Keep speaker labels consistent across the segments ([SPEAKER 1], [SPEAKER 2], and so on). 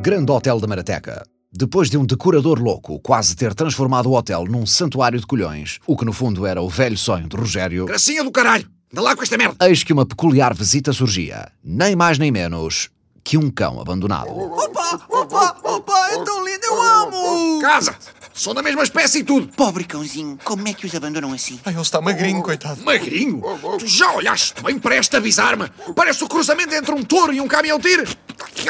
[SPEAKER 1] grande hotel da Marateca. Depois de um decorador louco quase ter transformado o hotel num santuário de colhões, o que no fundo era o velho sonho de Rogério,
[SPEAKER 2] Gracinha do caralho! Anda lá com esta merda!
[SPEAKER 1] eis que uma peculiar visita surgia. Nem mais nem menos que um cão abandonado.
[SPEAKER 3] Opa, opa, opa, é tão lindo, eu amo!
[SPEAKER 2] Casa! São da mesma espécie e tudo!
[SPEAKER 3] Pobre cãozinho, como é que os abandonam assim?
[SPEAKER 4] Ai, ele está magrinho, coitado.
[SPEAKER 2] Magrinho! Tu já olhaste bem para esta avisar-me? Parece o cruzamento entre um touro e um caminhão-tir! Que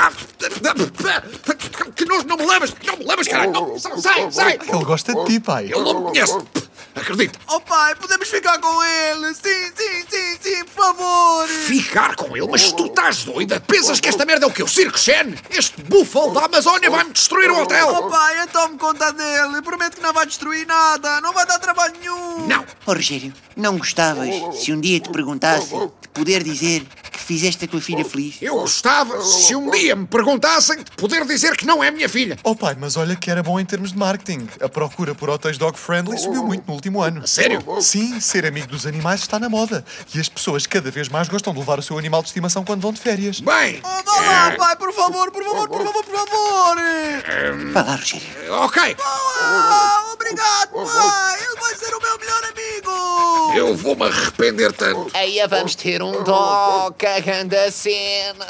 [SPEAKER 2] nojo! Não me levas! Não me levas, caralho! Não, sai, sai!
[SPEAKER 4] Ele gosta de ti, pai.
[SPEAKER 2] Ele não me conhece! Acredita!
[SPEAKER 3] Oh pai, podemos ficar com ele! Sim, sim, sim, sim, por favor!
[SPEAKER 2] Ficar com ele? Mas tu estás doida? Pensas que esta merda é o quê? O Circo Shen? Este búfalo da Amazónia vai-me destruir o
[SPEAKER 3] Oh
[SPEAKER 2] hotel!
[SPEAKER 3] pai, então me conta dele! Prometo que não vai destruir nada, não vai dar trabalho nenhum!
[SPEAKER 2] Não!
[SPEAKER 5] Oh, Rogério, não gostavas se um dia te perguntasse de poder dizer que fizeste a tua filha feliz?
[SPEAKER 2] Eu gostava, se um dia me perguntassem, de poder dizer que não é minha filha.
[SPEAKER 4] Oh pai, mas olha que era bom em termos de marketing. A procura por hotéis dog friendly subiu muito no último ano.
[SPEAKER 2] A sério?
[SPEAKER 4] Sim, ser amigo dos animais está na moda. E as pessoas cada vez mais gostam de levar o seu animal de estimação quando vão de férias.
[SPEAKER 2] Bem,
[SPEAKER 3] Oh, vá
[SPEAKER 2] É.
[SPEAKER 3] lá, pai, por favor, por favor, por favor, por favor!
[SPEAKER 5] Vá lá, Rogério.
[SPEAKER 2] eh, ok,
[SPEAKER 3] Ah, obrigado, pai! Ele vai ser o meu melhor amigo!
[SPEAKER 2] eu vou-me arrepender tanto.
[SPEAKER 6] Aí vamos ter um doc, a grande cena.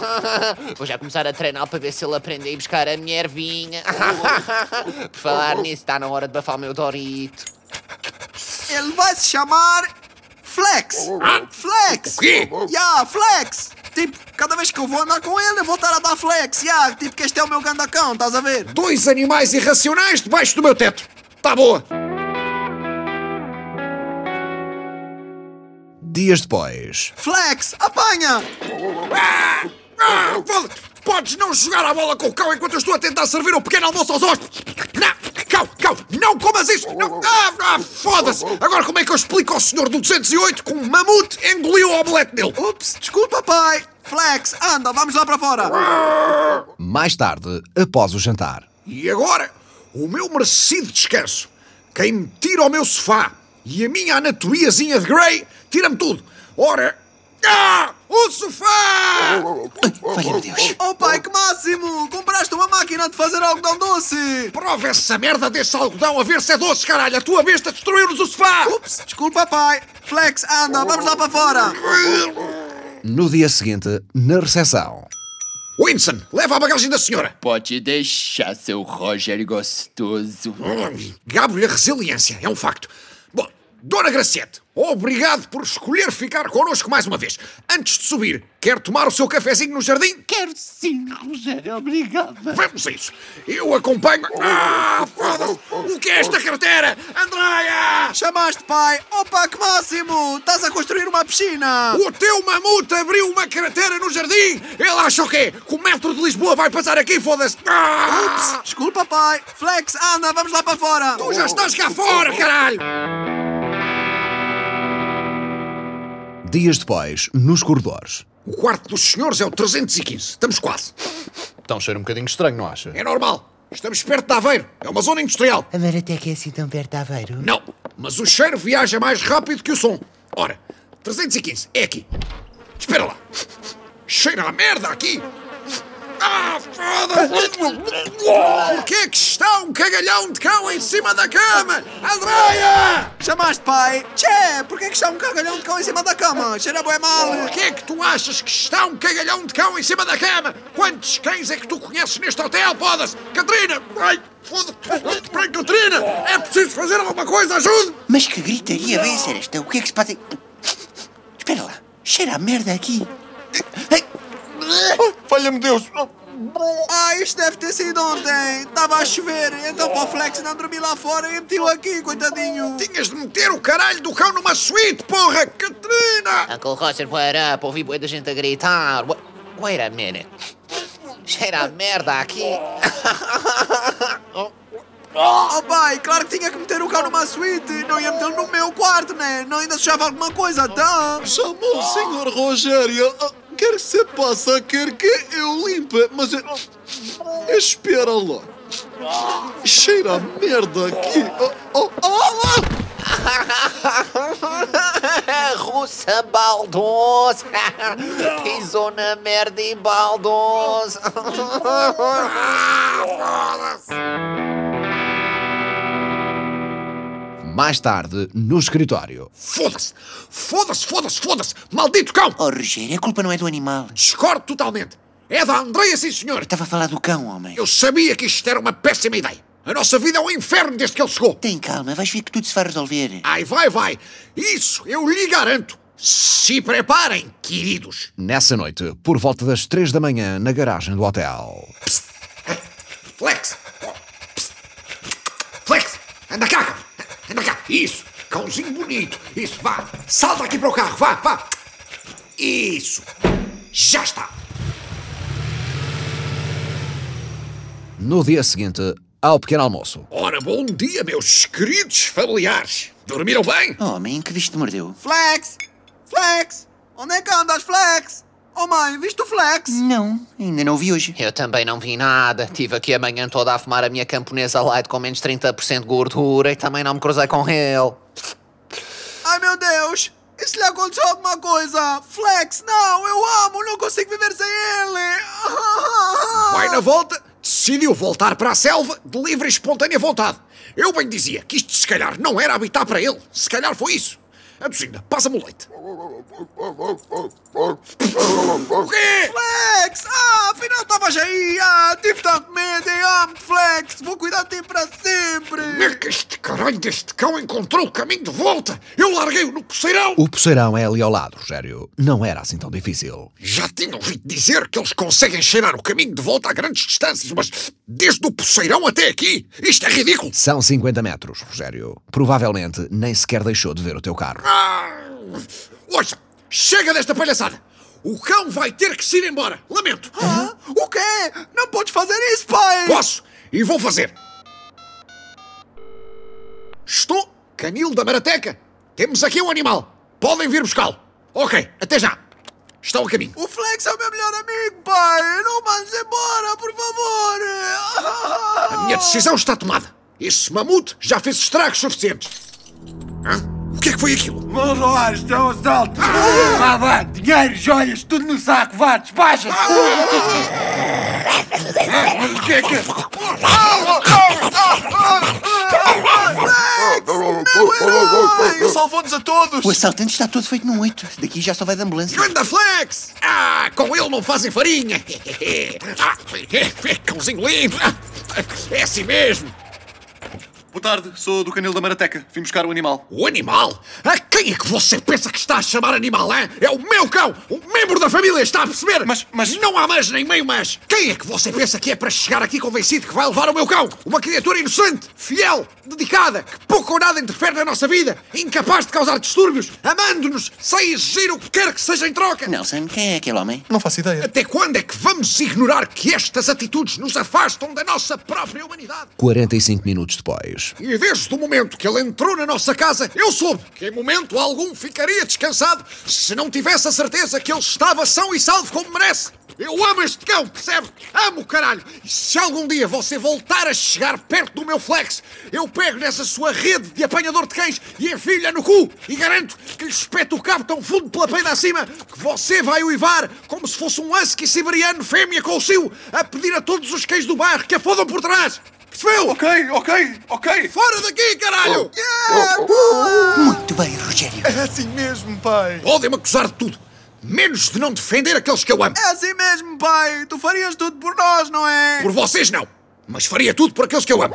[SPEAKER 6] Vou já começar a treinar para ver se ele aprende a ir buscar a minha ervinha. Por falar nisso, está na hora de bafar o meu Dorito.
[SPEAKER 3] Ele vai se chamar Flex!
[SPEAKER 2] Ah,
[SPEAKER 3] Flex!
[SPEAKER 2] O quê?
[SPEAKER 3] Yeah, flex! Tipo, cada vez que eu vou andar com ele, eu vou estar a dar flex, yeah, tipo que este é o meu gandacão, estás a ver?
[SPEAKER 2] Dois animais irracionais debaixo do meu teto. Tá boa.
[SPEAKER 1] Dias depois,
[SPEAKER 3] Flex, apanha!
[SPEAKER 2] Ah, ah, vale. Podes não jogar a bola com o cão enquanto eu estou a tentar servir o pequeno almoço aos hóspedes. Não, cão, cão, não comas isso. Não. Ah, ah, foda-se. Agora como é que eu explico ao senhor do 208 que um mamute engoliu o omelete dele?
[SPEAKER 3] Ups, desculpa, pai! Flex, anda, vamos lá para fora!
[SPEAKER 1] mais tarde, após o jantar.
[SPEAKER 2] E agora, o meu merecido descanso. Quem me tira o meu sofá e a minha anatomiazinha de Grey, tira-me tudo. Ora. Ah! O sofá!
[SPEAKER 5] Valha-me Deus.
[SPEAKER 3] Oh pai, que máximo! Compraste uma máquina de fazer algodão doce!
[SPEAKER 2] Prova essa merda desse algodão a ver se é doce, caralho! A tua besta destruiu-nos o sofá!
[SPEAKER 3] Ups, desculpa, pai! Flex, anda, vamos lá para fora!
[SPEAKER 1] No dia seguinte, na recepção.
[SPEAKER 2] Winston, leva a bagagem da senhora!
[SPEAKER 7] Pode deixar, seu Roger gostoso.
[SPEAKER 2] Gabo-lhe a resiliência, é um facto. Bom, Dona Graciete, obrigado por escolher ficar connosco mais uma vez. Antes de subir, quer tomar o seu cafezinho no jardim?
[SPEAKER 7] Quero sim, Rogério, obrigada.
[SPEAKER 2] Vamos a isso. Eu acompanho. Ah, foda-se! O que é esta carteira? Andréia!
[SPEAKER 3] Chamaste, pai! Opa, que máximo! Estás a construir uma piscina!
[SPEAKER 2] O teu mamute abriu uma carteira no jardim! Ele acha o quê? Que o metro de Lisboa vai passar aqui, foda-se! Ah,
[SPEAKER 3] Ups, desculpa, pai! Flex, anda, vamos lá para fora!
[SPEAKER 2] tu já estás cá fora, caralho!
[SPEAKER 1] Dias depois, nos corredores.
[SPEAKER 2] O quarto dos senhores é o 315. Estamos quase.
[SPEAKER 1] Então cheira um bocadinho estranho, não acha?
[SPEAKER 2] É normal. Estamos perto de Aveiro. É uma zona industrial.
[SPEAKER 5] A Marateca é assim tão perto de Aveiro?
[SPEAKER 2] Não, mas o cheiro viaja mais rápido que o som. Ora, 315, é aqui. Espera lá. Cheira a merda aqui. Ah, foda-se! Porquê é que está um cagalhão de cão em cima da cama? Andréia!
[SPEAKER 3] Chamaste, pai? Tchê, porquê que está um cagalhão de cão em cima da cama? Cheira bué mal!
[SPEAKER 2] Porquê é que tu achas que está um cagalhão de cão em cima da cama? Quantos cães é que tu conheces neste hotel, foda-se? Catarina! Ai, foda-te! Ai, Catarina! É preciso fazer alguma coisa, ajude!
[SPEAKER 5] Mas que gritaria bem ser esta? O que é que se passa? Espera lá, cheira a merda aqui.
[SPEAKER 4] Valha-me Deus!
[SPEAKER 3] Ah, isto deve ter sido ontem! Estava a chover, então para o Flex não dormi lá fora e meti-o aqui, coitadinho!
[SPEAKER 2] Tinhas de meter o caralho do cão numa suíte, porra!
[SPEAKER 1] É
[SPEAKER 2] Catarina!
[SPEAKER 6] Uncle Roger, wait up, ouvi boa da gente a gritar. Wa- Wait a minute. Cheira a merda aqui.
[SPEAKER 3] Oh, pai, claro que tinha que meter o cão numa suíte! Não ia metê-lo no meu quarto, né? Não ainda sujava alguma coisa, então!
[SPEAKER 4] Chamou o senhor Rogério. Quer que se passa, quer que eu limpe. Mas espera lá. Cheira a merda aqui.
[SPEAKER 6] Rude Ouça, baldoso! Pisou na merda e baldoso!
[SPEAKER 1] Mais tarde, no escritório.
[SPEAKER 2] Foda-se! Foda-se, foda-se, foda-se! Maldito cão!
[SPEAKER 5] Oh, Rogério, a culpa não é do animal. Eu
[SPEAKER 2] Discordo totalmente! É da Andreia, sim senhor!
[SPEAKER 5] estava a falar do cão, homem.
[SPEAKER 2] Eu sabia que isto era uma péssima ideia! A nossa vida é um inferno desde que ele chegou!
[SPEAKER 5] Tem calma, vais ver que tudo se vai resolver.
[SPEAKER 2] Ai, vai, vai! Isso eu lhe garanto! Se preparem, queridos!
[SPEAKER 1] Nessa noite, por volta das três da manhã, na garagem do hotel.
[SPEAKER 2] Flex! Oh, psst. Flex! Anda cá! cara. Anda cá! Isso! Cãozinho bonito! Isso, vá! Salta aqui para o carro! Vá, vá! Isso! Já está!
[SPEAKER 1] No dia seguinte, ao pequeno almoço.
[SPEAKER 2] Ora, bom dia, meus queridos familiares! Dormiram bem?
[SPEAKER 5] Oh, homem, que bicho te mordeu?
[SPEAKER 3] Flex! Flex! Onde é que andas, Flex? Oh mãe, viste o Flex?
[SPEAKER 5] Não, ainda não o vi hoje.
[SPEAKER 6] Eu também não vi nada. Tive aqui a manhã toda a fumar a minha camponesa light com menos 30% de gordura e também não me cruzei com ele.
[SPEAKER 3] Ai meu Deus! E se lhe aconteceu alguma coisa? Flex, não! Eu amo! Não consigo viver sem ele!
[SPEAKER 2] Vai na volta, decidiu voltar para a selva de livre e espontânea vontade. Eu bem dizia que isto se calhar não era habitar para ele. Se calhar foi isso. Aducinda, passa-me o leite. O quê?
[SPEAKER 3] Flex! Ah, afinal estavas aí! Ah, tive tanto medo! Eu amo-te, Flex! Vou cuidar de ti para
[SPEAKER 2] Como é
[SPEAKER 3] sempre!
[SPEAKER 2] que este caralho deste cão encontrou o caminho de volta? Eu larguei-o no poceirão.
[SPEAKER 1] O poceirão é ali ao lado, Rogério. Não era assim tão difícil.
[SPEAKER 2] Já tinha ouvido dizer que eles conseguem cheirar o caminho de volta a grandes distâncias, mas desde o poceirão até aqui, isto é ridículo.
[SPEAKER 1] São 50 metros, Rogério. Provavelmente nem sequer deixou de ver o teu carro.
[SPEAKER 2] Ah, ouça, chega desta palhaçada. O cão vai ter que se ir embora. Lamento.
[SPEAKER 3] Ah, o quê? Não podes fazer isso, pai!
[SPEAKER 2] Posso e vou fazer. Estou, canil da Marateca. Temos aqui um animal. Podem vir buscá-lo. Ok, até já. Estão a caminho.
[SPEAKER 3] O Flex é o meu melhor amigo, pai! Não o mandes embora, por favor!
[SPEAKER 2] A minha decisão está tomada. Esse mamute já fez estragos suficientes. Hã? O que é que foi aquilo?
[SPEAKER 8] Mil dólares estão aos altos! Vá, vá, dinheiro, joias, tudo no saco, vá, despacha!
[SPEAKER 3] Ah,
[SPEAKER 2] Mas o que é que...
[SPEAKER 4] Salvou-nos a todos!
[SPEAKER 5] O assaltante está todo feito num oito. Daqui já só vai de ambulância.
[SPEAKER 2] Ganda Flex! Ah, com ele não fazem farinha! Ah, cãozinho lindo! Ah, É assim mesmo!
[SPEAKER 4] Boa tarde, sou do Canil da Marateca. Vim buscar o animal.
[SPEAKER 2] O animal? A quem é que você pensa que está a chamar animal, hein? É o meu cão! Um membro da família, está a perceber?
[SPEAKER 4] Mas- mas-
[SPEAKER 2] Não há mais nem meio mais! Quem é que você pensa que é para chegar aqui convencido que vai levar o meu cão? Uma criatura inocente, fiel, dedicada, que pouco ou nada interfere na nossa vida, incapaz de causar distúrbios, amando-nos, sem exigir o que quer que seja em troca!
[SPEAKER 5] Nelson, quem é aquele homem?
[SPEAKER 4] Não faço ideia.
[SPEAKER 2] Até quando é que vamos ignorar que estas atitudes nos afastam da nossa própria humanidade?
[SPEAKER 1] 45 minutos depois.
[SPEAKER 2] E desde o momento que ele entrou na nossa casa, eu soube que em momento algum ficaria descansado se não tivesse a certeza que ele estava são e salvo como merece. Eu amo este cão, percebe? Amo o caralho. E se algum dia você voltar a chegar perto do meu flex, eu pego nessa sua rede de apanhador de cães e enfio-lhe no cu. E garanto que lhe espeto o cabo tão fundo pela peida acima que você vai uivar como se fosse um husky siberiano fêmea com o cio a pedir a todos os cães do bairro que a fodam por trás. Percebeu?
[SPEAKER 4] Ok, ok, ok!
[SPEAKER 2] Fora daqui, caralho!
[SPEAKER 6] Ah.
[SPEAKER 5] Muito bem, Rogério.
[SPEAKER 4] É assim mesmo, pai!
[SPEAKER 2] Podem-me acusar de tudo, menos de não defender aqueles que eu amo.
[SPEAKER 3] É assim mesmo, pai! Tu farias tudo por nós, não é?
[SPEAKER 2] Por vocês, não. Mas faria tudo por aqueles que eu amo.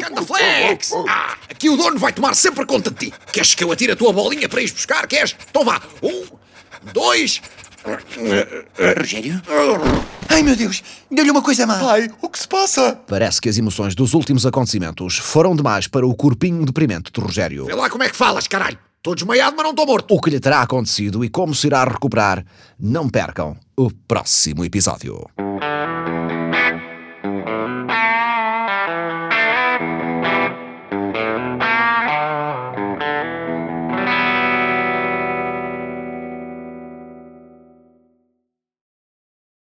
[SPEAKER 2] Canta Flex! Ah, aqui o dono vai tomar sempre conta de ti. Queres que eu atire a tua bolinha para ir buscar? Queres? Então vá. Um, dois...
[SPEAKER 5] Rogério? Ai, meu Deus, deu-lhe uma coisa má.
[SPEAKER 4] Pai, o que se passa?
[SPEAKER 1] Parece que as emoções dos últimos acontecimentos foram demais para o corpinho deprimente de Rogério.
[SPEAKER 2] Vê lá como é que falas, caralho. Estou desmaiado, mas não estou morto.
[SPEAKER 1] O que lhe terá acontecido e como se irá recuperar, não percam o próximo episódio.